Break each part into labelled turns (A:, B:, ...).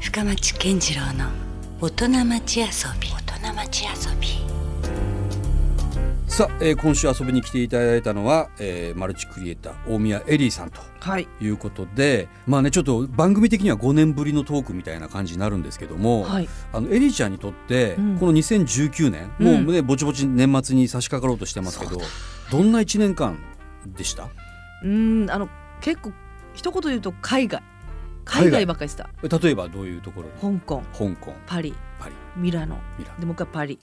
A: 深町健次郎の大人町遊び大人町遊び
B: さあ、えー今週遊びに来ていただいたのは、えーマルチクリエイター大宮エリーさんと
C: はい。
B: いうことでまあねちょっと番組的には5年ぶりのトークみたいな感じになるんですけども、
C: はい。
B: あのエリーちゃんにとって、
C: うん
B: この2019年
C: うん
B: もうね、ぼちぼち年末に差し掛かろうとしてますけどどんな1年間でした
C: うーん、あの、結構、一言で言うと、海外。
B: 海外
C: 海外ばっかりした。
B: 例えばどういうところに
C: 香港、
B: 香港
C: パリ、
B: パリ
C: ミラノ。
B: ミラノ
C: で、もう一回パリ。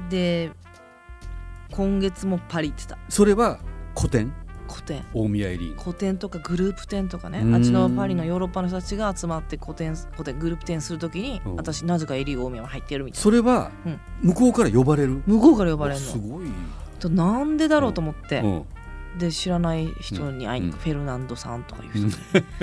B: うん
C: で。今月もパリ行ってた。
B: それは古典
C: 古典。
B: 大宮エリー
C: 古典とかグループ展とかね
B: うーん
C: あっちのパリのヨーロッパの人たちが集まって古典古典グループ展するときに
B: うん
C: 私なぜかエリー大宮も入ってやるみたいな
B: それは
C: うん
B: 向こうから呼ばれる
C: 向こうから呼ばれる
B: す
C: の
B: ごい、
C: となんでだろうと思って、
B: うん、
C: で知らない人に会いに行く、
B: う
C: フェルナンドさんとかいう人に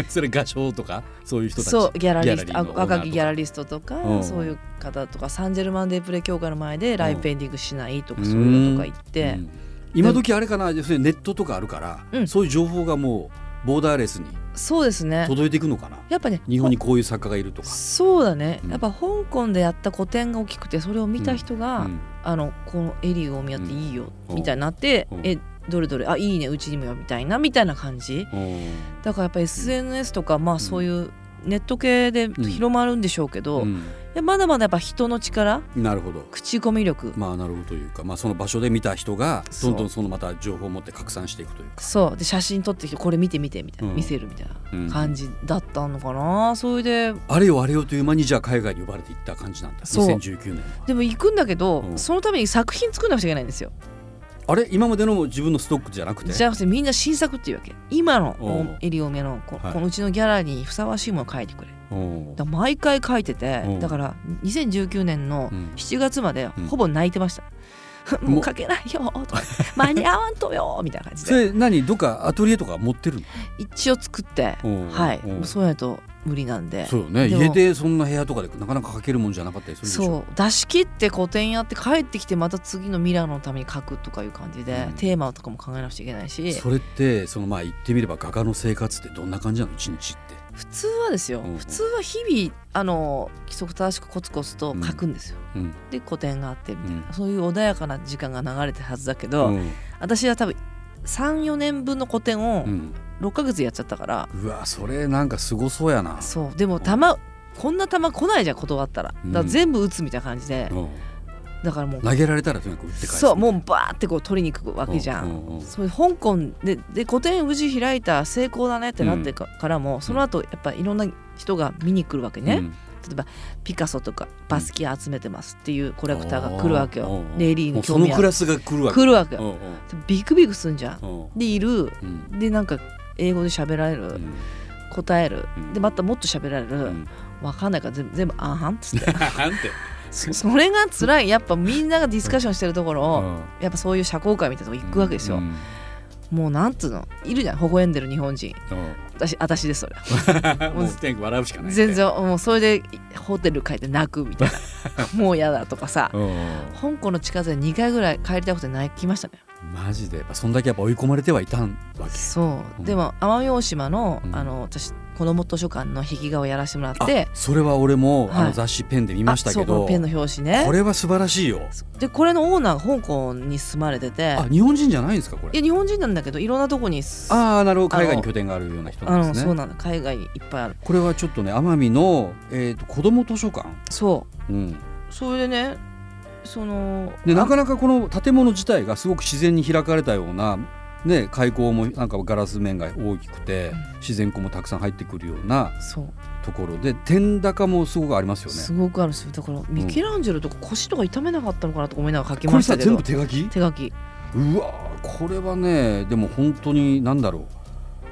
B: それ画商とかそういう人たち
C: そうギャラリス
B: ギ
C: ト
B: ャラリーの
C: あ若きギャラ
B: リ
C: リストとか、
B: うん
C: そういう方とかサンジェルマン・デ・プレ協会の前でライブペインティングしないとか、
B: うん
C: そういうのとか行っ
B: う
C: て、
B: ん今時あれかな要するにネットとかあるから、
C: うん
B: そういう情報がもうボーダーレスに
C: そうですね
B: 届いていくのかな、
C: やっぱね
B: 日本にこういう作家がいると
C: ほ
B: か、
C: そうだね、
B: うん
C: やっぱ香港でやった個展が大きくてそれを見た人が、
B: うん
C: あのこのエリー大宮っていいよ、
B: うん
C: みたいになって、
B: うん
C: えどれどれあいいねうちにもよみたいなみたいな感じだからやっぱ SNS とかまあそういうネット系で広まるんでしょうけ
B: う
C: ど、い
B: ん
C: やまだまだやっぱ人の力
B: なるほど
C: 口コミ力
B: まあなるほどというか、まあ、その場所で見た人が
C: そ
B: ど
C: うん
B: どんそのまた情報を持って拡散していくというか
C: そうで写真撮ってきてこれ見て見てみたいな、
B: うん
C: 見せるみたい
B: うん
C: な感じだったのかな、それで
B: あれよあれよという間にじゃあ海外に呼ばれていった感じなんだ
C: そう
B: 2019年は
C: でも行くんだけど、
B: うん
C: そのために作品作んなくちゃいけないんですよ
B: あれ今までの自分のストックじゃなくて
C: じゃなくてみんな新作っていうわけ今
B: お
C: の
B: う
C: エリオメのこ,、
B: はい
C: このうちのギャラリーにふさわしいものを書いてくれ
B: おう
C: だから毎回書いてて
B: おう
C: だから2019年の
B: うん
C: 7月まで
B: うん
C: ほぼ泣いてました、
B: も
C: もう書けないよとか間に合わんとよみたいな感じ
B: そ
C: で
B: れ何どっかアトリエとか持ってる
C: 一応作って
B: の
C: はい
B: おう
C: もうそうやと無理なんで
B: そうよね
C: でも
B: 家でそんな部屋とかでなかなか書けるもんじゃなかったりするでしょ
C: そう出し切って個展やって帰ってきてまた次のミラノのために書くとかいう感じで、
B: うん
C: テーマとかも考えなくちゃいけないし
B: それってそのまあ言ってみれば画家の生活ってどんな感じなの一日って
C: 普通はですよ、
B: うん
C: 普通は日々あの規則正しくコツコツと書くんですよ、
B: うん
C: で個展があってみたいな、
B: う
C: そういう穏やかな時間が流れてるはずだけど、
B: うん
C: 私は多分34年分の個展を
B: うん
C: 6ヶ月やっちゃったから、
B: うわそれなんかすごそうやな
C: そうでもたまこんな球来ないじゃん断ったらだから全部打つみたいな感じで、
B: うん
C: だからもう
B: 投げられたらとにかく打って返す
C: そうもうバーってこう取りに行くわけじゃん、
B: ううう
C: そういう香港でで個展無事開いた成功だねってなってかからも、その後やっぱいろんな人が見に来るわけね、
B: うん
C: 例えばピカソとかバスキア集めてますっていうコレクターが来るわけ
B: おう
C: よ
B: おう
C: レイリー
B: も
C: に
B: うそ
C: 興
B: の
C: 味あ
B: ク
C: る
B: ラスが来るわけ
C: 来るわけ
B: う
C: よ
B: んうん
C: ビクビクすんじゃん
B: うん
C: でいる
B: うん
C: でなんか英語で喋られる、
B: うん
C: 答える
B: うん
C: でまたもっと喋られる、
B: うん
C: わかんないから全部全部あんはんっつって
B: なんて
C: そそれが辛いやっぱみんながディスカッションしてるところを、
B: うん
C: やっぱそういう社交界みたいなとこ行くわけですよ、
B: うん
C: もうなんつうのいるじゃん微笑んでる日本人
B: う
C: 私私ですそれ
B: んもうとにかく笑うしかない
C: 全然もうそれでホテル帰って泣くみたい なもうやだとかさ
B: うんうん
C: 香港の地下鉄で2回ぐらい帰りたくて泣きましたね
B: マジでやっぱそんだけやっぱ追い込まれてはいたんわけ
C: そううんでも奄美大島の,、
B: うん
C: あの私子ども図書館の壁画をやらせてもらって
B: あそれは俺もあ
C: は
B: の
C: い
B: 雑誌ペンで見ました
C: あ
B: け
C: そうこ
B: ど
C: のペンの表紙ね
B: これは素晴らしいよ
C: でこれのオーナーが香港に住まれてて
B: あ日本人じゃないんですかこ
C: い
B: れ
C: や日本人なんだけどいろんなとこにす
B: ああなるほど海外
C: あ
B: に
C: の
B: 拠点があるような人
C: あ
B: なん
C: の
B: です
C: そ
B: ね
C: うなの海外にいっぱいある
B: これはちょっとね奄美のえーと子ども図書館
C: そ
B: うん
C: うそれでねその
B: でな
C: あ
B: かなかこの建物自体がすごく自然に開かれたような、ね、開口もなんかガラス面が大きくて、
C: うん
B: 自然光もたくさん入ってくるような
C: そう
B: ところで天高もすごくありますよ
C: す
B: ね。
C: ごくあるんですよだからミケランジェロとか腰とか痛めなかったのかなとか思いながら書き
B: こ
C: ま
B: れ
C: した
B: さ
C: けど
B: 全部手書き
C: 手書き
B: うわーこれはねでも本当に何だろ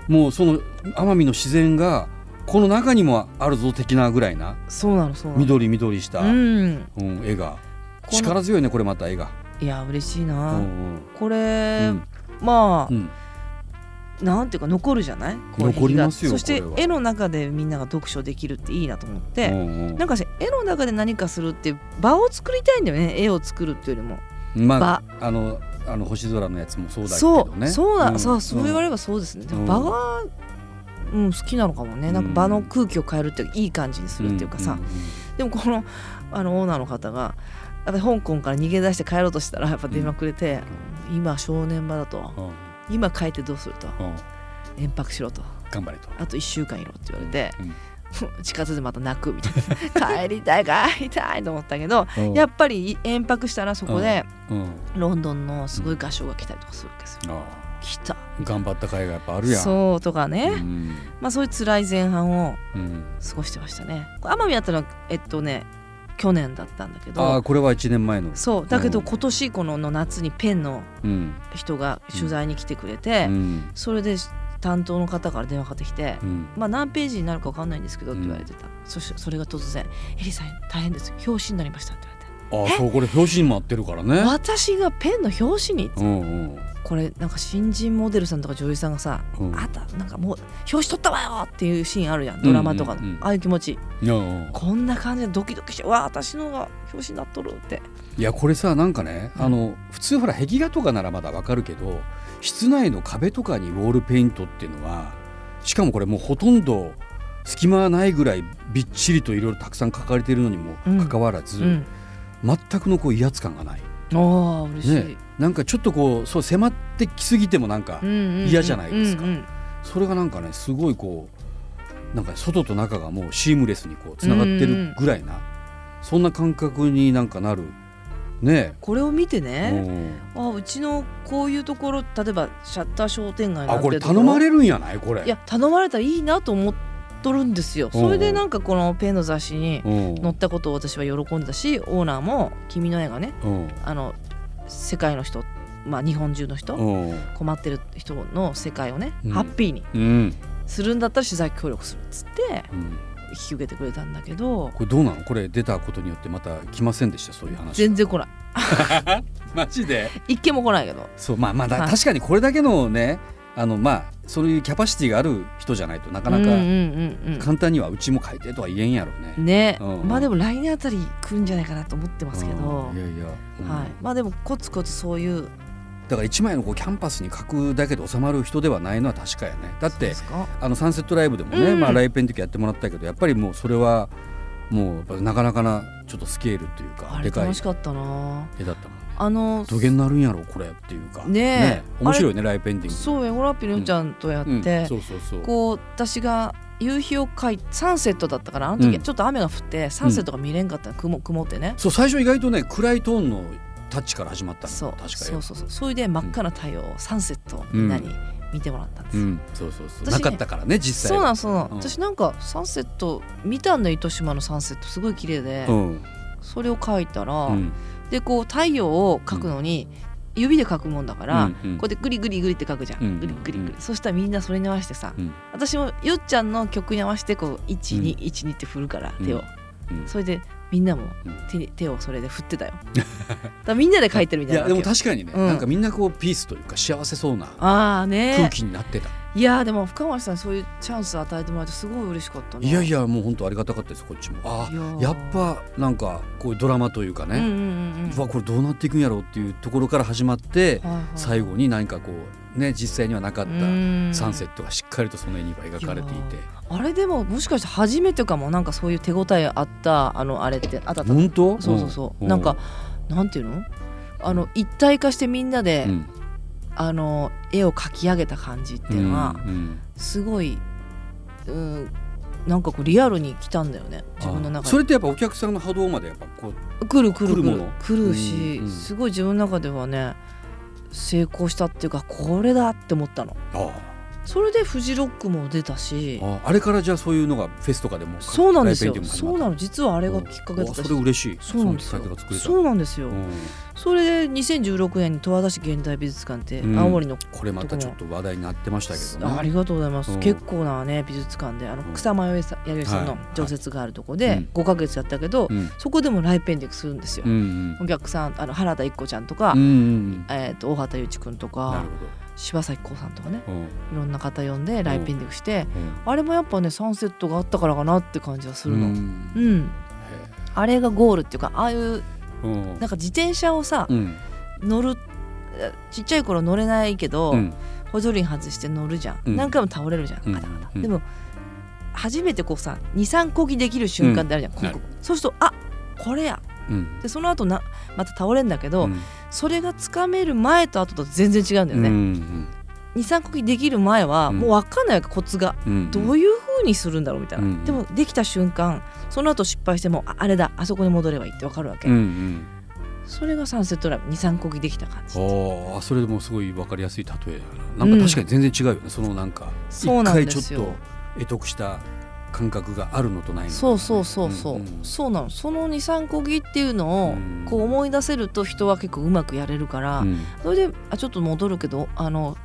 B: うもうその奄美の自然がこの中にもあるぞ的なぐらいな
C: そうなのそうなの
B: 緑緑した、うん
C: うん
B: 絵が
C: この
B: 力強いねこれまた絵が。
C: いや嬉しいうな、
B: ん
C: こ
B: う
C: れ、
B: ん
C: ま
B: う
C: あ、
B: ん
C: なんていうか残るじゃないこういう日が
B: 残りますよ
C: そして
B: これは
C: 絵の中でみんなが読書できるっていいなと思っ
B: う
C: て、
B: んうん
C: なんかし絵の中で何かするっていう場を作りたいんだよね絵を作るっていうよりも
B: まあ
C: 場、
B: あのあの星空のやつもそうだけ
C: そ
B: ど
C: う
B: ね。
C: そうだ、
B: ん
C: そうそう言われればそうですね、でも
B: うん
C: 場がうん、好きなのかもねなんか場の空気を変えるっていい感じにするっていうかさ、
B: んん
C: でもこの あのオーナーの方がやっぱり香港から逃げ出して帰ろうとしたらやっぱ電話くれて、今正念場だと
B: うんうん
C: 今帰ってどうすると
B: うん
C: 延泊しろと
B: 頑張れと。
C: あと1週間いろって言われて、
B: うん
C: 地下鉄でまた泣くみたいな 帰りたい帰りたいと思ったけど
B: うん
C: やっぱり延泊したらそこで
B: うん
C: ロンドンのすごい合唱が来たりとかするわけですよ。
B: あ
C: 来た
B: あ頑張った甲斐がやっぱあるやん。
C: そうとかね、
B: うん
C: まあそういう辛い前半を
B: うん
C: 過ごしてましたね。これ奄美だったのはえっとね去年だったんだけど
B: ああこれは1年前の。
C: そうだけど
B: うん
C: 今年このの夏にペンの
B: うん
C: 人が取材に来てくれて、
B: うん
C: それで担当の方から電話かかってきて、
B: うん
C: まあ何ページになるかわかんないんですけどって言われてた、そしてそれが突然「エリさん大変です表紙になりました」って言われて
B: ああそうこれ表紙にも合ってるからね
C: 「。私がペンの表紙に?」
B: うんうん
C: これなんか新人モデルさんとか女優さんがさ「
B: うん
C: あんたなんかもう表紙取ったわよ!」っていうシーンあるやんドラマとか
B: う
C: の、
B: んうんうん
C: ああいう気持ち
B: いやうん
C: こんな感じでドキドキして「うわ私のが表紙になっとる」って
B: いやこれさなんかね、
C: うん
B: あの普通ほら壁画とかならまだわかるけど室内の壁とかにウォールペイントっていうのはしかもこれもうほとんど隙間がないぐらいびっちりといろいろたくさん書かれているのにも
C: うん
B: かかわらず、
C: うん
B: 全くのこう威圧感がない、
C: ああ嬉しい、
B: ね、なんかちょっとこうそう迫ってきすぎてもなんか、
C: うんうんうん
B: 嫌じゃないですか
C: うんうん
B: それがなんかねすごいこうなんか外と中がもうシームレスにこうつながってるぐらいな、そんな感覚になんかなるね
C: これを見て
B: え。
C: ね、
B: うん
C: あうちのこういうところ例えばシャッター商店街にな
B: あ
C: って
B: これ
C: るところ
B: 頼まれるんやないこれ
C: いや頼まれたらいいなと思っとるんですよ
B: うん
C: それでなんかこのペンの雑誌に
B: うん
C: 載ったことを私は喜んでたしオーナーも「君の絵がね
B: うん
C: あの世界の人、まあ、日本中の人、
B: うん
C: 困ってる人の世界をね、
B: うん
C: ハッピーに
B: うん
C: するんだったら取材協力するっつって
B: うん
C: 引き受けてくれたんだけど
B: これどうなのこれ出たことによってまた来ませんでしたそういう話
C: 全然来ない
B: マジで
C: 一件も来ないけど
B: そうまあまあだ
C: はい
B: 確かにこれだけのねあのまあそういうキャパシティがある人じゃないとなかな
C: うんうん
B: か
C: うん
B: 簡単にはうちも書いてとは言えんやろうね
C: うん、ね、
B: うん
C: まあでも来年あたり来るんじゃないかなと思ってますけど、
B: うんいやいや、うん
C: はい、まあでもコツコツそういう
B: だから一枚のこうキャンパスに書くだけで収まる人ではないのは確かやねだっ
C: そう
B: て
C: ですか
B: あのサンセットライブでもね、
C: うん
B: まあ、ライブペンの時やってもらったけどやっぱりもうそれはもうやっぱなかなかなちょっとスケールというか
C: あれ
B: でかい
C: 楽しかったな
B: 絵だったもんね
C: あの
B: どげになるんやろこれっていうか
C: ねえ
B: 面白いねライブペインティング
C: そうエゴラッピーのよちゃんとやって、
B: うんそうそうそう
C: こう私が夕日を描いてサンセットだったからあの時
B: うん
C: はちょっと雨が降って、サンセットが見れんかったの雲雲ってね、
B: そう最初意外とね暗いトーンのタッチから始まったの
C: そう
B: 確かに
C: そうそうそうそれで真っ赤な太陽、サンセットを
B: うん
C: みんなに見てもらったんです、
B: ん、そうそうそう、
C: 私ね
B: なかったからね実際
C: そうなんんそうなん、
B: うん
C: 私なんかサンセット見たんだよ糸島のサンセットすごい綺麗で、
B: うん
C: それを描いたら、
B: うん
C: でこう太陽を描くのに指で描くもんだから、
B: うん
C: こうやってグリグリグリって書くじゃん、
B: うん
C: グリグリグリ、
B: うん
C: そしたらみんなそれに合わせてさ、
B: うん
C: 私もよっちゃんの曲に合わせてこう1212、
B: う
C: 12って振るから
B: うん
C: 手を、
B: うん
C: それでみんなも
B: うん
C: 手手をそれで振ってたよだからみんなで書いてる
B: い
C: みたいな
B: やで
C: わけよ
B: も確かにね、
C: うん
B: なんかみんなこうピースというか幸せそうな
C: あ
B: 空
C: あね
B: 気になってた、
C: いやでも深町さんそういうチャンス与えてもらえてすごい嬉しかったない
B: やいやもう本当ありがたかったですこっちもあ
C: いやー
B: やっぱなんかこういうドラマというか
C: うんうん
B: ね、
C: うんうん
B: うわこれどうなっていくんやろうっていうところから始まって、
C: はいはい
B: 最後に何かこうね実際にはなかった
C: うん
B: サンセットがしっかりとその絵には描かれていて
C: いあれでももしかして初めてかもなんかそういう手応えあったあのあれってあったあった
B: 本当
C: そうそうそう、
B: ん
C: なんかなんていうのあの一体化してみんなで、
B: うん
C: あの絵を描き上げた感じっていうのは、
B: うん
C: すごい、うん、なんかこうリアルに来たんだよね自分の
B: あ
C: 中
B: それ
C: で
B: ってやっぱお客さんの波動までやっぱこう
C: 来る来る
B: 来る
C: 来る
B: も
C: 来
B: の
C: るし、
B: うんうん
C: すごい自分の中ではね成功したっていうかこれだって思ったの
B: あ
C: それでフジロックも出たし
B: ああれからじゃあそういうのがフェスとかでも
C: そうなんですよ
B: ライブイベント
C: そ
B: も
C: う
B: 始ま
C: な
B: っ
C: の実はあ
B: た
C: れがきっかけだった
B: お
C: し
B: それ嬉しい
C: そうなんですよ
B: のきっかけが作れた
C: そうなんですよ、
B: うん
C: それで2016年に十和田市現代美術館って
B: うん
C: 青森の
B: これまたちょっと話題になってましたけどね
C: ありがとうございます、
B: うん
C: 結構なね美術館であの
B: うん
C: 草間彌生さん彌生さんの
B: はい
C: 常設があるとこ
B: は
C: で
B: い
C: 5ヶ月やったけど、
B: うん
C: そこでもライペンディングするんですよ、
B: うんうん
C: お客さんあの原田一子ちゃんとか、
B: うんうん
C: えー、と大畑裕一君と
B: な
C: か
B: る
C: 柴咲コウさんとかね
B: ほどうん
C: いろんな方呼んでライペンディングして、
B: うん
C: あれもやっぱねサンセットがあったからかなって感じがするの
B: う
C: うん、
B: んへ
C: あれがゴールっていうかああいう
B: えうん
C: なんか自転車をさ、
B: うん
C: 乗るえちっちゃい頃乗れないけど、
B: うん
C: 補助輪外して乗るじゃん、
B: うん
C: 何回も倒れるじゃん、
B: うん
C: ガタガタ
B: うん
C: でも初めてこうさ23こぎできる瞬間ってあるじゃん、
B: うん
C: こう
B: なる
C: そうするとあこれや
B: うん
C: でその後なまた倒れるんだけど、
B: うん
C: それがつかめる前と後と全然違うんだよ
B: う
C: ね、
B: ん
C: 23こぎできる前は
B: うん
C: もう分かんないわけコツが、
B: うん
C: どういう風にするんだろうみたいな、
B: うん
C: でもできた瞬間その後失敗してもああれだあそこに戻ればいいって分かるわけ、
B: うんうん
C: それがサンセットライブ23こぎできた感じ
B: ああそれでもすごい分かりやすい例えだななんか確かに全然違うよね、そのなんか
C: そうなんですよ
B: 一回ちょっと得得した感覚があるのとないのとね
C: そうそうそうそう、
B: んん
C: そうなのその23こぎっていうの
B: う
C: を
B: ん
C: こう思い出せると人は結構うまくやれるから、
B: うん
C: それであちょっと戻るけどあの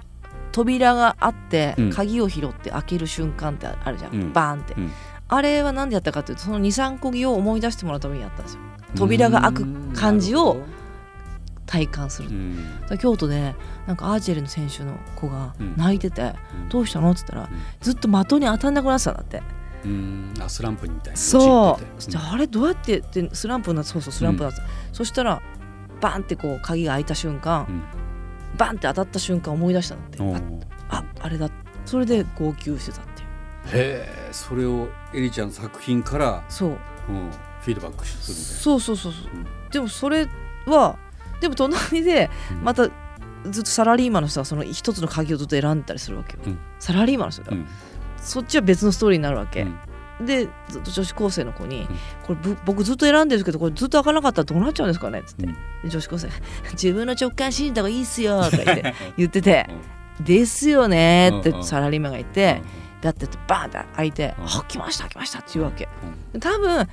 C: 扉があって
B: うん
C: 鍵を拾って開ける瞬間ってあるじゃん、
B: うん
C: バーンって、
B: うん
C: あれは何でやったかっていうとその23こぎを思い出してもらうためにやったんですよ扉が開く感じを体感する、
B: う
C: だ
B: ん
C: から京都でなんかアーチェリーの選手の子が
B: うん
C: 泣いてて、
B: うん
C: どうしたのって言ったら、
B: うん
C: ずっと的に当たんなくなってたんだって
B: うんあスランプみたいな
C: そう、
B: 陥って
C: じ
B: て
C: ゃああれどうやってってスランプになってそうそうスランプになって、そしたらバンってこう鍵が開いた瞬間、
B: うん
C: バンって当たった瞬間思い出したんだって、
B: うんお
C: あ
B: ー
C: ああれだそれで号泣してたっていう
B: へえそれをエリちゃんの作品から、
C: そう
B: うん、フィードバックす
C: そうそうそうそう
B: るみ
C: でもそれはでも隣で
B: うん
C: またずっとサラリーマンの人はその一つの鍵をずっと選んだりするわけよ、
B: うん
C: サラリーマンの人だ
B: た
C: か
B: い
C: ら、
B: な
C: そっちは別のストーリーになるわけ、
B: うん
C: でずっと女子高生の子に「これぶ僕ずっと選んでるんですけどこれずっと開かなかったらどうなっちゃうんですかね?」っつって、
B: うん
C: で女子高生 が「自分の直感信じた方がいいっすよ」とか言って言ってて
B: うん
C: 「ですよね」っ
B: うんう
C: て
B: ん
C: サラリーマンが言っ
B: うん
C: て、だってバーンって開いて「
B: うん
C: あ来ました来ました」って言うわけ多分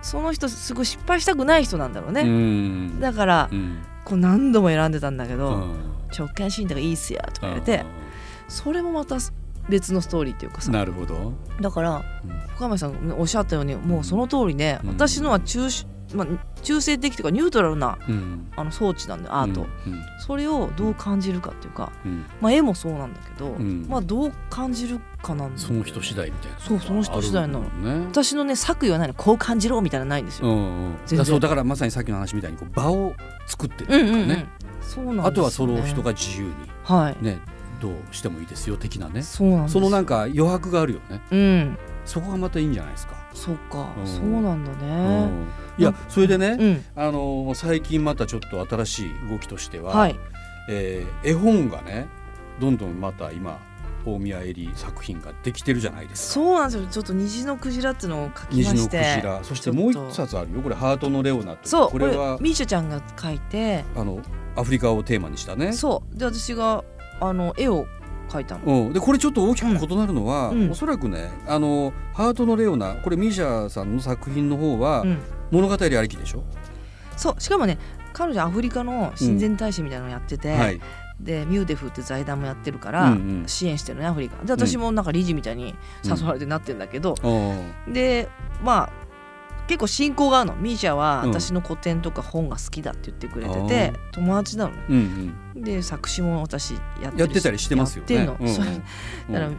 C: その人すごい失敗したくない人なんだろう
B: うんう
C: ね、
B: ん
C: だから
B: うん
C: こう何度も選んでたんだけ
B: う
C: ど、
B: ん
C: 直感信じた方がいいっすよとか言われ
B: う
C: て
B: ん
C: それもまた別のストーリーっていうかさ
B: なるほど、
C: だから深町さんがおっしゃったようにもうその通りで、
B: うん
C: 私のは中,、まあ、中性的というかニュートラルな
B: うん、
C: あの装置なんでアート、
B: うん
C: それをどう感じるかっていうか、
B: うん
C: まあ、絵もそうなんだけど、
B: うん
C: まあ、どう感じるかなんだよね
B: その人次第みたいな
C: そうその人次第なの
B: あるんだろうね
C: 私のね作為はないのこう感じろみたいなのないんです
B: う
C: よ。
B: んうん、だか
C: 全
B: ら
C: 然
B: そうだからまさにさっきの話みたいにこう場を作ってると
C: う
B: い
C: んうん
B: か
C: うん
B: ね、
C: そうなんですよね
B: あとはその人が自由に
C: はい、
B: ねどうしてもいいですよ的なね
C: そうなんです
B: そのなんか余白があるよね
C: うん
B: そこがまたいいんじゃないですか。
C: そうか、
B: うん
C: そうなんだ
B: う
C: ね。
B: んいやそれでね、
C: うん、
B: あの最近またちょっと新しい動きとしては、
C: はい
B: えー絵本がねどんどんまた今大宮エリ作品ができてるじゃないですか。
C: そうなんですよちょっと虹のクジラっていうのを書きま
B: 虹の
C: し
B: ク
C: て
B: ジラそしてもう一冊あるよこれ「ハートのレオナ」とい
C: そううこ
B: こ
C: れ
B: れは
C: ミーシャちゃんが書いて
B: あのアフリカをテーマにしたね。
C: そうで私があの絵を描いたの
B: うん、でこれちょっと大きく異なるのは、
C: うん
B: おそらくねあの「ハートのレオナ」これミーシャさんの作品の方は
C: うん
B: 物語ありきでしょ、
C: そうしかもね彼女アフリカの親善大使みたいなのやってて、
B: はい、
C: でミューデフって財団もやってるから
B: うんうん
C: 支援してるねアフリカで私もなんか理事みたいに誘われてなってるんだけど、
B: あー
C: でまあ結構親交があるのミーシャは私の古典とか本が好きだって言ってくれてて、友達なのね
B: うんうん
C: で作詞も私やってるし
B: やってたりしてますよね。
C: やってんの、そう
B: うんうん
C: だから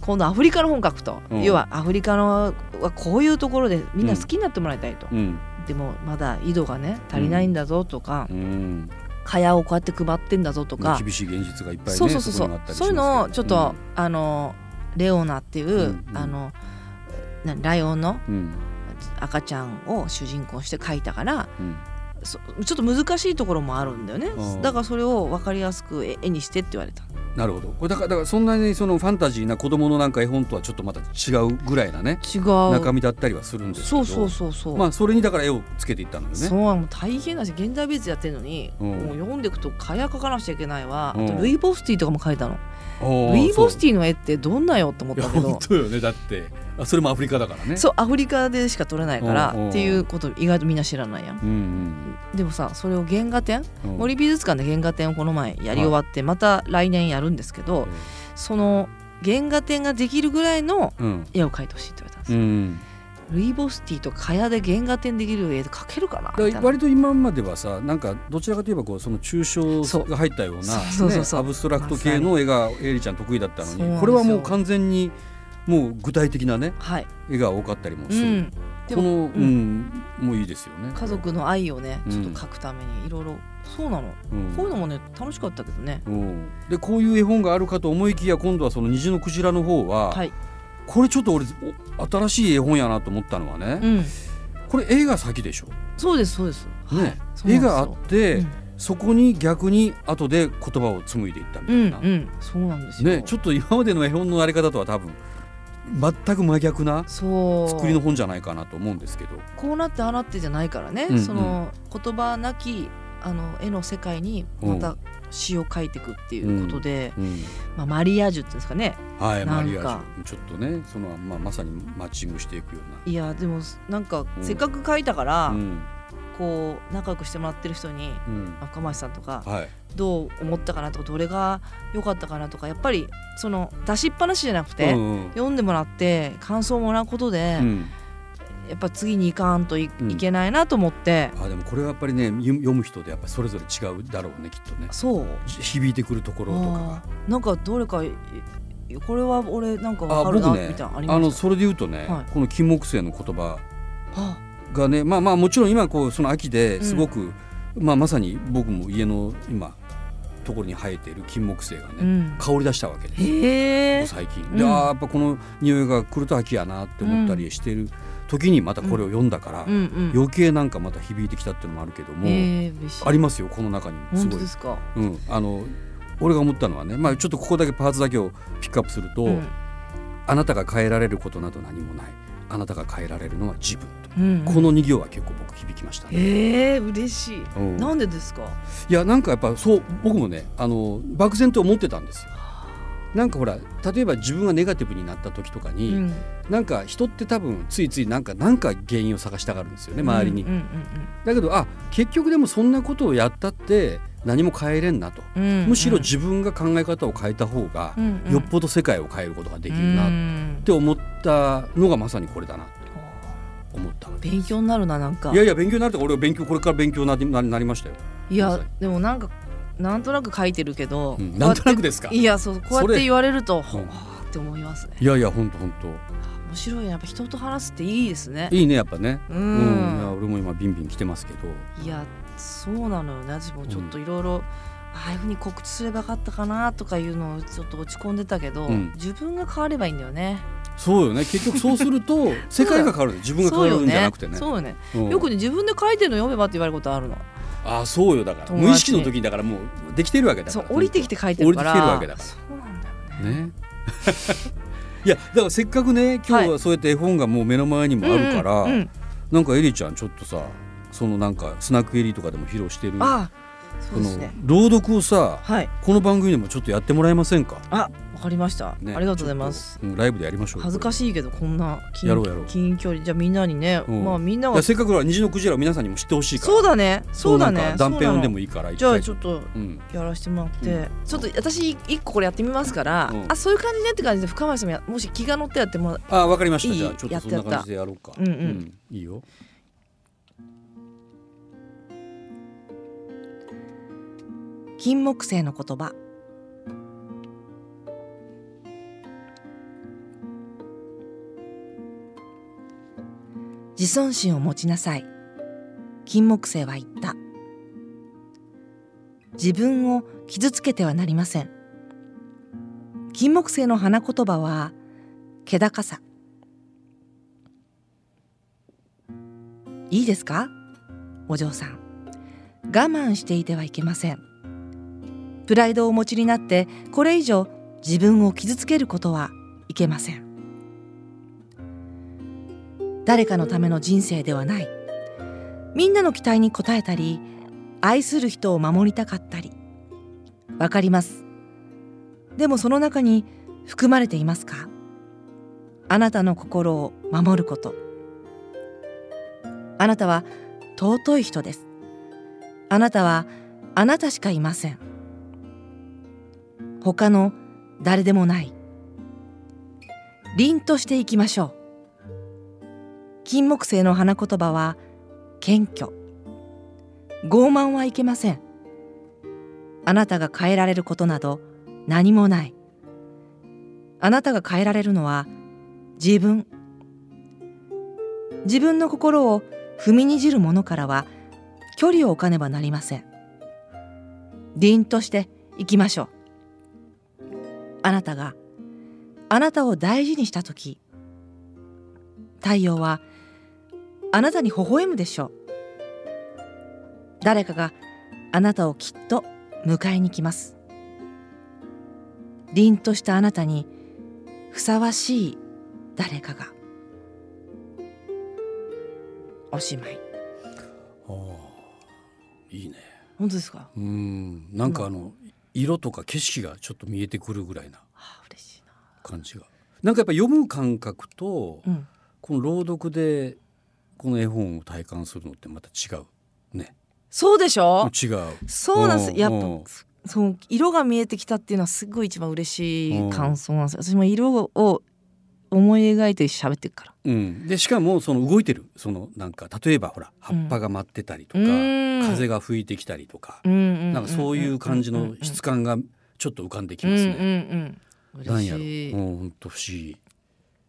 C: 今度アフリカの本書くと、
B: うん
C: 要はアフリカのはこういうところでみんな好きになってもらいたいと、
B: うん
C: でもまだ井戸がね足りないんだぞとか、
B: うん
C: 蚊帳をこうやって配ってんだぞとか、
B: 厳しい現実がいっぱいね
C: そうそうそうそ
B: こにはあ
C: う
B: ったりしますけど
C: そういうのをちょっと、あのレオナっていう、
B: うんうん
C: あのなライオンの
B: うんうん
C: 赤ちゃんを主人公にして書いたから
B: うん
C: そちょっと難しいところもあるんだよね、
B: うん
C: だからそれを分かりやすく絵絵にしてって言われた
B: なるほどこれだからだからそんなにそのファンタジーな子供のなんか絵本とはちょっとまた違うぐらいなね
C: 違う
B: 中身だったりはするんですけ
C: そ
B: ど
C: うそうそうそう、
B: まあそれにだから絵をつけていったんだよね。
C: そうもう大変だし現代美術やってるのに、
B: うん
C: もう読んでいくと蚊帳書かなくちゃいけないわ、
B: うん
C: あとルイ・ボスティとかも書いたの
B: あー
C: ルイ・ボス
B: そう
C: ティの絵ってどんなよって思っ
B: いや
C: たけ
B: 本
C: ど
B: 当よねだってあそれもアフリカだからね。
C: そうアフリカでしか撮れないから
B: うん
C: っていうこと意外とみんな知らないや
B: う
C: ん
B: んうん
C: でもさそれを原画展
B: うん
C: 森美術館で原画展をこの前やり終わってまた来年やるんですけ
B: う
C: ど、
B: ん
C: その原画展ができるぐらいの
B: うん
C: 絵を描いてほしいって言われたんです
B: う
C: よ、
B: ん、
C: ルイ・ボスティと蚊帳で原画展できる絵描けるかな
B: だ
C: みた
B: か
C: い
B: ら
C: な
B: 割と今まではさなんかどちらかといえばこうその抽
C: そ
B: 象
C: う
B: が入ったような
C: そうそうそう
B: ね
C: そう
B: アブストラクト系の絵がエリちゃん得意だったの
C: そうなんです
B: に
C: よ
B: これはもう完全にもう具体的なね
C: はい、
B: 絵が多かったりも
C: う
B: する、
C: ん、で
B: こ
C: も
B: の、うん、もういいですよね。
C: 家族の愛をね
B: うん
C: ちょっと書くためにいろいろそうなの
B: うん
C: こういうのもね楽しかったけどね
B: うんでこういう絵本があるかと思いきや今度はその虹のクジラの方は、
C: はい
B: これちょっと俺お新しい絵本やなと思ったのはね、
C: うん
B: これ絵が先でしょ、
C: そうですそうです
B: ね
C: そうな
B: 絵
C: んですよ
B: があって、
C: うん
B: そこに逆に後で言葉を紡いでいったみた
C: う
B: い
C: んう
B: な、
C: んそうなんですよ
B: ねちょっと今までの絵本のやり方とは多分全く真逆な
C: そう
B: 作りの本じゃないかなと思うんですけど
C: こうなってああなってじゃないからね、
B: うんうん
C: その言葉なきあの絵の世界にまた詩を書いていくっていうことで、
B: うん
C: まあ、マリアージュっていうんですかね
B: はい
C: なん
B: マ
C: か
B: リアージュちょっとねその、まあ、まさにマッチングしていくよう
C: いやでもなんか
B: うん
C: せっかく書いたから、
B: な。うん
C: こう仲良くしてもらってる人に
B: うん
C: あ深町さんとか
B: はい
C: どう思ったかなとかどれが良かったかなとかやっぱりその出しっぱなしじゃなくて、
B: うんうん
C: 読んでもらって感想をもらうことで、
B: うん
C: やっぱ次に行かんとい,、
B: うん
C: けないなと思って
B: あでもこれはやっぱりねゆ読む人でやっぱそれぞれ違うだろうねきっとね
C: そう
B: ひ響いてくるところとかが
C: あーなんかどれかいいこれは俺なんかわ
B: あ
C: かるな
B: 僕
C: みたい
B: ね
C: なのあり
B: あの
C: まし
B: それで言うとね、
C: はい
B: この金木犀の言葉
C: たは
B: がねまあまあもちろん今こうその秋で
C: うん
B: すごく、まあまさに僕も家の今ところに生えている金木犀がね、
C: あうん
B: 香り出したわけですこ
C: へ
B: こ
C: え
B: 最近
C: う
B: で、
C: ん
B: ああやっぱこの匂いが来ると秋やなって思ったりしてる時にまたこれを読んだから、
C: うんうん
B: 余計なんかまた響いてきたっていうのもあるけども、
C: へえ嬉しい
B: ありますよこの中にもす
C: 本
B: ご
C: 当
B: い
C: ですか
B: うん、あの俺が思ったのはね、まあ、ちょっとここだけパーツだけをピックアップすると、
C: うん
B: あなたが変えられることなど何もないあなたが変えられるのは自分と、
C: うん
B: この2行は結構僕響きましたね。
C: へえ嬉しい
B: うん
C: なんでですか
B: いやなんかやっぱそう僕もねあの漠然と思ってたんですよ。なんかほら例えば自分がネガティブになった時とかに、
C: うん
B: なんか人って多分ついついなんかなんか原因を探したがるんですよね周りに。
C: うん
B: だけどあ結局でもそんなことをやったって何も変えれんなと、
C: うんうんうん
B: むしろ自分が考え方を変えた方が、
C: うんうん
B: よっぽど世界を変えることができる
C: う
B: なっ
C: ん
B: て思ったのがまさにこれだなと思ったので
C: 勉強になるななんか
B: いやいや勉強になるとか俺は勉強これから勉強になりななりましたよ、
C: いやでもなんかなんとなく書いてるけど
B: うん
C: こうや
B: な
C: っ
B: ん
C: て
B: となくですか
C: い
B: い
C: やそうこうやっ
B: それ
C: て言われると
B: ん
C: はあって思いますね
B: やいや本当本
C: 面白いなやっぱ人と話すっていいですね
B: 当いいねやっぱね
C: う
B: うん、いや
C: ん
B: 俺も今ビンビン来てますけど
C: いやそうなのよね私もちょっといろいろああいうふうに告知すればよかったかなとかいうのをちょっと落ち込んでたけど、
B: うん
C: 自分が変わればいいんだよね
B: そうよね結局そうする と世界が変わる自分が変わるんじゃなくてね
C: そうよね
B: うん
C: よくね自分で書いてるの読めばって言われることあるの、
B: あそうよだから
C: 友達
B: 無意識の時にだからもうできてるわけだか
C: そう
B: ら
C: 降りてきて書いてるから
B: 降りてきてるわけだから
C: そうなんだよね
B: ね。 いやだからせっかくね今日はそうやって絵本がもう目の前にもあるから、
C: うんうんうん
B: なんかエリちゃんちょっとさそのなんかスナックエリとかでも披露してる
C: ああそ
B: こ
C: うで
B: の
C: すね
B: 朗読をさ
C: はい
B: この番組でもちょっとやってもらえませんか、
C: あわかりました、
B: ね
C: ありがとうございます
B: ちょっとうんライブでやりましょう
C: 恥ずか
B: し
C: しいけどこんな近
B: やろうやろう
C: 近距離じゃあみんなにね、
B: うん
C: まあみんな
B: や
C: は
B: せっかくほら虹のクジラを皆さんにも知ってほしいから
C: そうだねそうだね
B: なんか断片
C: そうな
B: 音
C: の
B: でもいいから一回
C: じゃあちょっと
B: うん
C: やらせてもらって、
B: う
C: ちょっと私一個これやってみますから、
B: うん
C: あそういう感じねって感じで深町さんもやもし気が乗ってやってもらう
B: あわかりました
C: いい
B: じゃあちょっとそんな感じでやろうか
C: やったうんうん
B: いいよ
C: 金木犀の言葉自尊心を持ちなさい金木犀は言った自分を傷つけてはなりません金木犀の花言葉は気高さいいですかお嬢さん我慢していてはいけませんプライドをお持ちになってこれ以上自分を傷つけることはいけません誰かのための人生ではないみんなの期待に応えたり愛する人を守りたかったりわかりますでもその中に含まれていますかあなたの心を守ることあなたは尊い人ですあなたはあなたしかいません他の誰でもない凛としていきましょう金木犀の花言葉は謙虚傲慢はいけませんあなたが変えられることなど何もないあなたが変えられるのは自分自分の心を踏みにじる者からは距離を置かねばなりません凛として生きましょうあなたがあなたを大事にした時太陽はあなたに微笑むでしょう誰かがあなたをきっと迎えに来ます凛としたあなたにふさわしい誰かがおしまい
B: いいね
C: 本当ですか
B: うんなんかあの色とか景色がちょっと見えてくるぐらいな
C: あ嬉しいな
B: 感じがなんかやっぱ読む感覚と、
C: うん
B: この朗読でこの絵本を体感するのってまた違うね
C: そうでしょ
B: 違う
C: そうなんで
B: う
C: す
B: ん
C: やっ
B: うん
C: ぱその色が見えてきたっていうのはすごい一番嬉し
B: うん
C: い感想なんですよ私も色を思い描いて喋ってるから
B: うん、でしかもその動いてるそのなんか例えばほら葉っぱが舞ってたりとか、
C: うん
B: 風が吹いてきたりとか、
C: な
B: なんかそういう感じの質感がちょっと浮かんできますね。
C: ね
B: なん
C: 嬉
B: やろ、
C: しい
B: うん、ほんと不思議。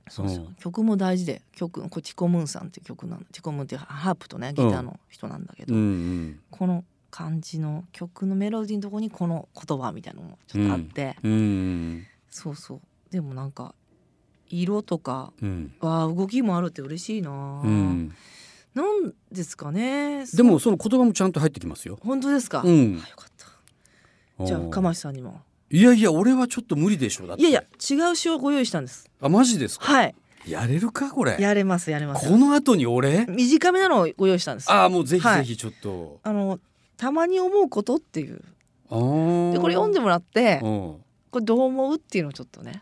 C: そうそう
B: うん
C: 曲も大事で曲これチコムーンさんっていう曲なのチコムーンっていうハープとねギターの人なんだけ
B: う
C: ど、
B: んうん
C: この感じの曲のメロディーのとこにこの言葉みたいなのもちょっとあって、
B: うんうん
C: そうそうでもなんか色とか
B: うん
C: わあ動きもあるって嬉しいな、
B: うん、
C: なんですかねそう
B: でもその言葉もちゃんと入ってきますよ。
C: 本当ですか、
B: う
C: あよ
B: ん、
C: かったじゃあ
B: うん
C: 釜石さんにも
B: いやいや俺はちょっと無理でしょだって
C: いやいや違う詩をご用意したんです
B: あマジですか
C: はい
B: やれるかこれ
C: やれますやれます
B: この後に俺
C: 短めなのをご用意したんです
B: ああもうぜひ
C: はい
B: ぜひちょっと、
C: あのたまに思うことっていう
B: あー
C: でこれ読んでもらって
B: うん
C: これどう思うっていうのをちょっとね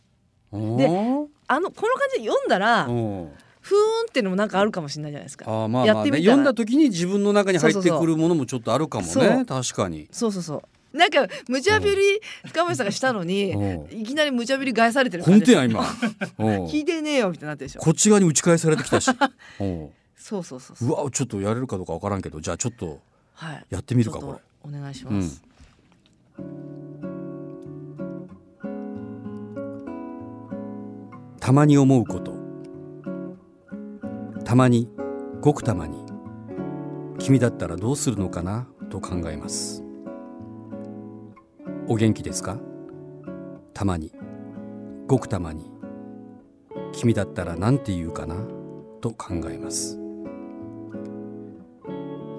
B: うん
C: であのこの感じで読んだ
B: う
C: ら
B: ん
C: ふーんっていうのもなんかあるかもしれないじゃないですか
B: あーまあ
C: や
B: ま
C: っ
B: あ
C: てみ
B: ね
C: たら
B: 読んだ時に自分の中に入
C: そ
B: っ
C: うそ
B: て
C: うそう
B: くるものもちょっとあるかも
C: そう
B: ね確かに。
C: そうそうそうなんか無茶ぶり深町さんがしたのに
B: うん
C: いきなり無茶ぶり返されてる感
B: 本
C: じ
B: 当
C: です
B: や 今。うん
C: 聞いてねえよみたいになってるでしょ
B: こっち側に打ち返されてき たし。うん
C: そうそうそうそう
B: うわちょっとやれるかどうかわからんけどじゃあちょっと
C: はい
B: やってみるか
C: ち
B: こ
C: ょっ
B: れ
C: と。お願いします、
B: たまに思うことたまにごくたまに君だったらどうするのかなと考えますお元気ですかたまにごくたまに君だったらなんて言うかなと考えます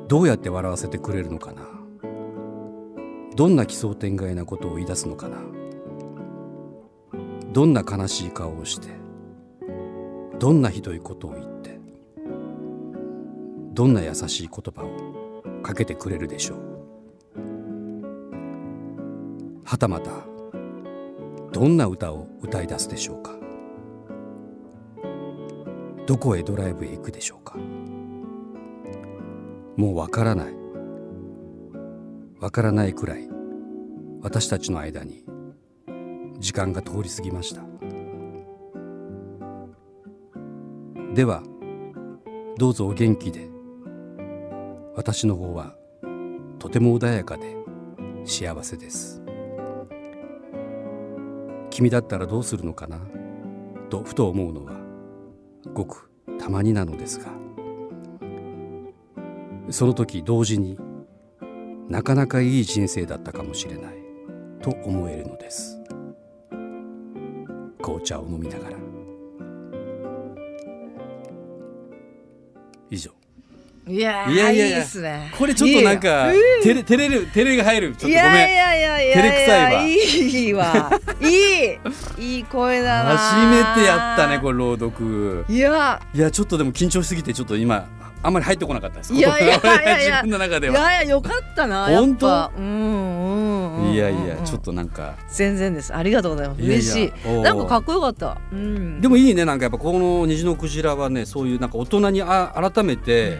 B: どうやって笑わせてくれるのかなどんな奇想天外なことを言い出すのかなどんな悲しい顔をしてどんなひどいことを言ってどんな優しい言葉をかけてくれるでしょうはたまたどんな歌を歌い出すでしょうかどこへドライブへ行くでしょうかもうわからないわからないくらい私たちの間に時間が通り過ぎましたではどうぞお元気で私の方はとても穏やかで幸せです君だったらどうするのかなとふと思うのはごくたまになのですがその時同時になかなかいい人生だったかもしれないと思えるのです紅茶を飲みながら以上
C: いやー
B: いやいやいや
C: いですね
B: これちょっとなんか
C: いいよ
B: 照れ照れる照れが入るちょっとご
C: い
B: めん
C: やいやいやいや
B: 照れくさいわ
C: いいわ いいいい声だな
B: 初めてやったねこれ朗読
C: れいや
B: いやちょっとでも緊張しすぎてちょっと今あんまり入ってこなかったです
C: いやいやいやいや
B: 自分の中
C: い
B: では
C: やいやよかったなやっ
B: 本当
C: ぱうんうんうんうん
B: いやいやちょっとなんか
C: 全然ですありがとうございます
B: いやいや
C: 嬉しい
B: おー
C: なんかかっこよかったうん
B: でもいいねなんかやっぱこの虹のクジラはねそういうなんか大人にあ改めて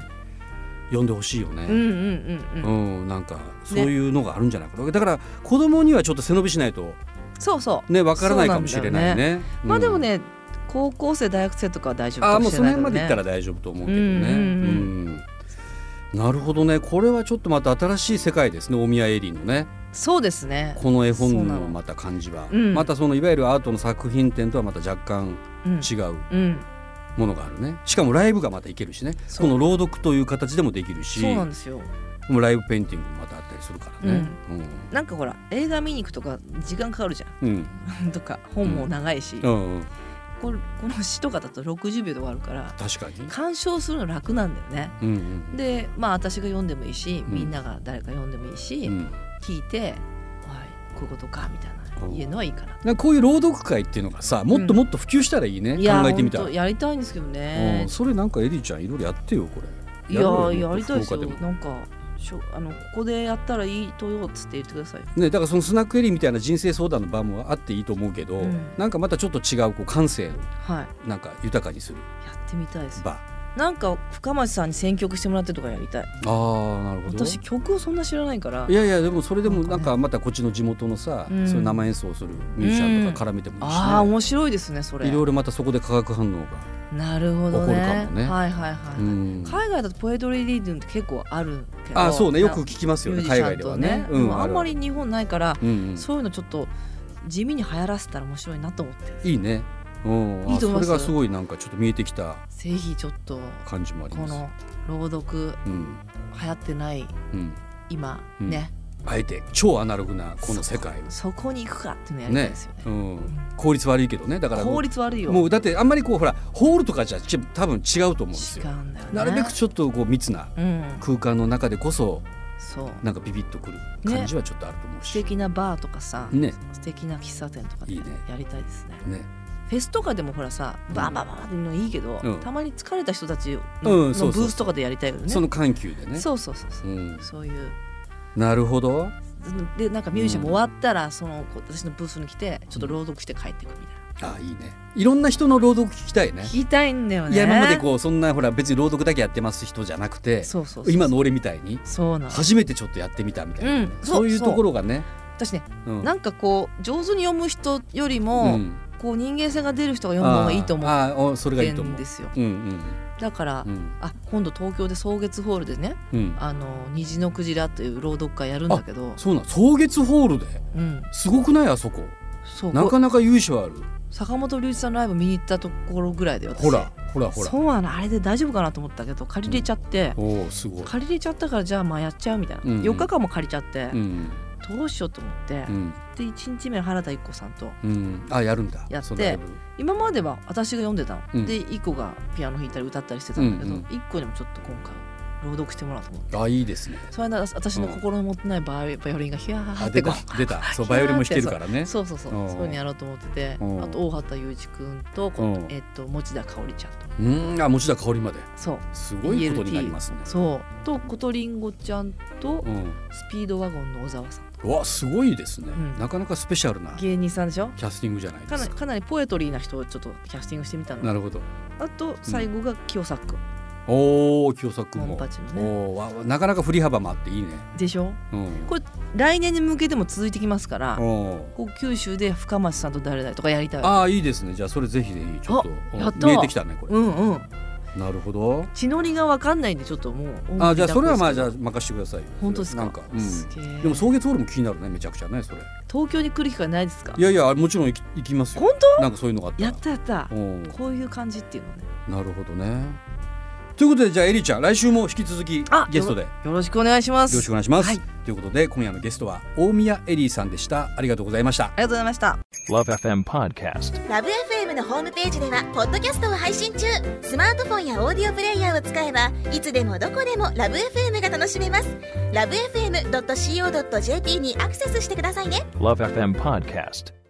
B: 読んでほしいよね、
C: うんうんうんう
B: うんん、なんかそういうのがあるんじゃないかな、だから子供にはちょっと背伸びしないと
C: そうそう
B: ねわからないかもしれない
C: そうなんだ
B: ねうん
C: まあでもね高校生大学生とかは大丈夫
B: あ
C: か
B: あも
C: も
B: う
C: し
B: そ
C: れ
B: の
C: ないけ
B: 辺までい
C: ど
B: った
C: ね
B: ら大丈夫と思うけどね、
C: うんうん
B: うんなるほどねこれはちょっとまた新しい世界ですね大宮エリーのね
C: そうですね
B: この絵
C: そう
B: 本
C: な
B: の
C: の
B: また感じは、
C: うん
B: またそのいわゆるアートの作品展とはまた若干
C: うん
B: 違う、
C: うん
B: ものがあるねしかもライブがまたいけるしね
C: そ
B: こ
C: う
B: の朗読という形でもできるし
C: そうなんですよ
B: もうライブペインティングもまたあったりするからね。
C: なんかほら映画見に行くとか時間かかるじゃ
B: うんうん
C: ん とか本も長いし、
B: うんうん
C: これこの詩とかだと60秒で終わるから
B: 確かに、
C: 鑑賞するの楽なんだよね
B: うんうん
C: でまあ私が読んでもいいし、
B: うん
C: みんなが誰か読んでもいいし、
B: うん、
C: 聞いて「はいこういうことか」みたいな
B: うん
C: 言うのはいいかな。
B: なんかこういう朗読会っていうのがさもっともっと普及したらいいね、
C: いや
B: 考えてみた
C: ほ
B: ら
C: んとやりたいんですけど
B: う
C: ね
B: ん。それなんかエリーちゃんいろいろやってよこれ
C: いや
B: ろうよ
C: やりたいですよ
B: 福岡も
C: なんかしょあのここでやったらいいとよっつって言ってくださいよ
B: ね、だからそのスナックエリーみたいな人生相談の場もあっていいと思うけど、
C: うん
B: なんかまたちょっと違うこう感性を
C: はいや
B: なんか豊かにする
C: ってみたいです
B: 場
C: なんか深町さんに選曲してもらってとかやりたい
B: あーなるほど
C: 私曲をそんな知らないから
B: いやいやでもそれでも
C: な
B: なん
C: かね
B: んかまたこっちの地元のさ、
C: うん
B: そういう生演奏をするミュージシャンとか絡めてもいいし、ね
C: ああ面白いですねそれ
B: いろいろまたそこで化学反応が、
C: なるほどね
B: 起こるかもね
C: はいはいは
B: う
C: い、
B: ん、
C: 海外だとポエトリーリーディングって結構あるけど
B: あそうねよく
C: な
B: 聞きますよ
C: ミュ
B: ね
C: ージシ
B: 海
C: ャ
B: 外
C: ン
B: で
C: と
B: は
C: ね
B: ね。
C: でもあんまり日本ないから
B: うんうん
C: そういうのちょっと地味に流行らせたら面白いなと思って
B: いいね。うん、あ
C: いいと思います
B: それがすごいなんかちょっと見えてきた
C: ぜひちょっと
B: 感じもあり
C: こ
B: ます。
C: の朗読
B: うん
C: 流行ってない
B: うん、
C: 今
B: うん
C: ね、
B: あえて超アナログなこの世界
C: そこに行くかっていうの
B: を
C: やりたい
B: ね
C: ですよね
B: うん、効率悪いけどねだからも
C: 効
B: う
C: 率悪いよ
B: もうだってあんまりこうほらホールとかじゃち多分違うと思うんです
C: 違
B: よ。
C: うんだよね
B: なるべくちょっとこう密な
C: うん
B: 空間の中でこそ
C: そう
B: なんかビビッとくる感じはちょっとあると思う
C: 素
B: し、
C: 敵なバーとかさ、
B: ね
C: 素敵な喫茶店とかで
B: いいね
C: やりたいですね
B: ね
C: フェスとかでもほらさ
B: うん
C: バンバンバンバンっていうのいいけど、
B: うん
C: たまに疲れた人たちの,、
B: うんそうそう
C: ブースとかでやりたいよね
B: その緩急でね。
C: そうそうそうそうう、
B: ん、
C: そういう
B: なるほど。
C: でなんかミュージシャンも終わったら、そのこう私のブースに来てちょっと朗読して帰ってくみたいな、
B: あいいね。いろんな人の朗読聞きたいね。
C: 聞きたいんだよね
B: いや今までこうそんなほら別に朗読だけやってます人じゃなくて
C: そうそうそう
B: 今の俺みたいに
C: そうなの
B: 初めてちょっとやってみたみたいなね、
C: うんそう
B: そういうところがね、
C: 私ね
B: うん、
C: なんかこう上手に読む人よりも、
B: うん
C: こう人間性が出る人が読むのがいいと思っ
B: あーあーそれがい
C: て
B: いと思
C: ん
B: う
C: ですよ
B: うんうん
C: だから、
B: うん
C: あ今度東京で草月ホールでね
B: うん
C: あの虹のクジラという朗読会やるんだけど
B: そうなん草月ホールで
C: うん
B: すごくないあそこ
C: そう
B: な
C: こ
B: かなか由緒ある
C: う坂本龍一さんのライブ見に行ったところぐらいで私
B: ほらほらほら
C: そうなのあれで大丈夫かなと思ったけど借りれちゃって、
B: おおすごい、
C: 借りれちゃったからじゃあまあやっちゃうみたいな、
B: うんうん
C: 4日間も借りちゃって
B: う、ん
C: どうしようと思って、
B: うん
C: で1日目原田一子さんと
B: うん、あやるんだ
C: やって
B: そのライブ
C: 今までは私が読んでたの、
B: うん
C: で一子がピアノ弾いたり歌ったりしてたんだけど、
B: うん
C: 一子にもちょっと今回朗読してもらおうと思って。
B: あいいですね
C: それな私の心の持ってないバイバイオリンがヒヤー
B: あ
C: っ
B: 出
C: てこ
B: た
C: う
B: 出たそうバイオリンも弾けるからね
C: そうそうそう
B: う
C: そ
B: ん
C: ういうのやろうと思ってて
B: うん
C: あと大畑雄一君とこ
B: うん
C: えっと持田香織ちゃんと
B: うんあ持田香りまで
C: そう
B: すごいことになりますね
C: そうとコトリンゴちゃんと
B: うん
C: スピードワゴンの小沢さん
B: うわすごいですね、
C: うん
B: なかなかスペシャルなキ
C: 芸人さんでしょ
B: ャスティングじゃないで
C: かな
B: す
C: り
B: か
C: かなりポエトリーな人をちょっとキャスティングしてみたの
B: なるほど
C: あと最後が清作君
B: おお清作
C: モン
B: も
C: パチの
B: お
C: ね
B: おわなかなか振り幅もあっていいね
C: でしょ
B: うん
C: こ来年に向けても続いてきますから
B: おお
C: こう九州で深町さんと誰々とかやりたい
B: ああいいですねじゃあそれぜひぜひちょっと
C: あやった
B: 見えてきたねこれ、
C: うんうん
B: なるほど
C: 血のりがわかんないんでちょっともう
B: あじゃあそれはまあじゃあ
C: あ
B: 任してくださいよ
C: 本当ですか
B: なんか、うん
C: すげえ
B: でも草月ホールも気になるねめちゃくちゃねそれ
C: 東京に来る機会ないですか
B: いやいやもちろん行き行きますよ
C: 本
B: なんかそういうのがあった
C: 当
B: ら
C: やったやっ
B: お
C: た
B: お
C: こういう感じっていうのね
B: なるほどねということでじゃあエリーちゃん来週も引き続き
C: あ
B: ゲストで
C: よろしくお願いします
B: よろしくお願いします。
C: はい
B: ということで今夜のゲストは大宮エリーさんでした。ありがとうございました。
C: ありがとうございました
D: Love FM Podcast.
E: ラブ f m のホームページではポッドキャストを配信中スマートフォンやオーディオプレイヤーを使えばいつでもどこでもラブ f m が楽しめますラブ FM.co.jp にアクセスしてくださいね
D: Love FM Podcast.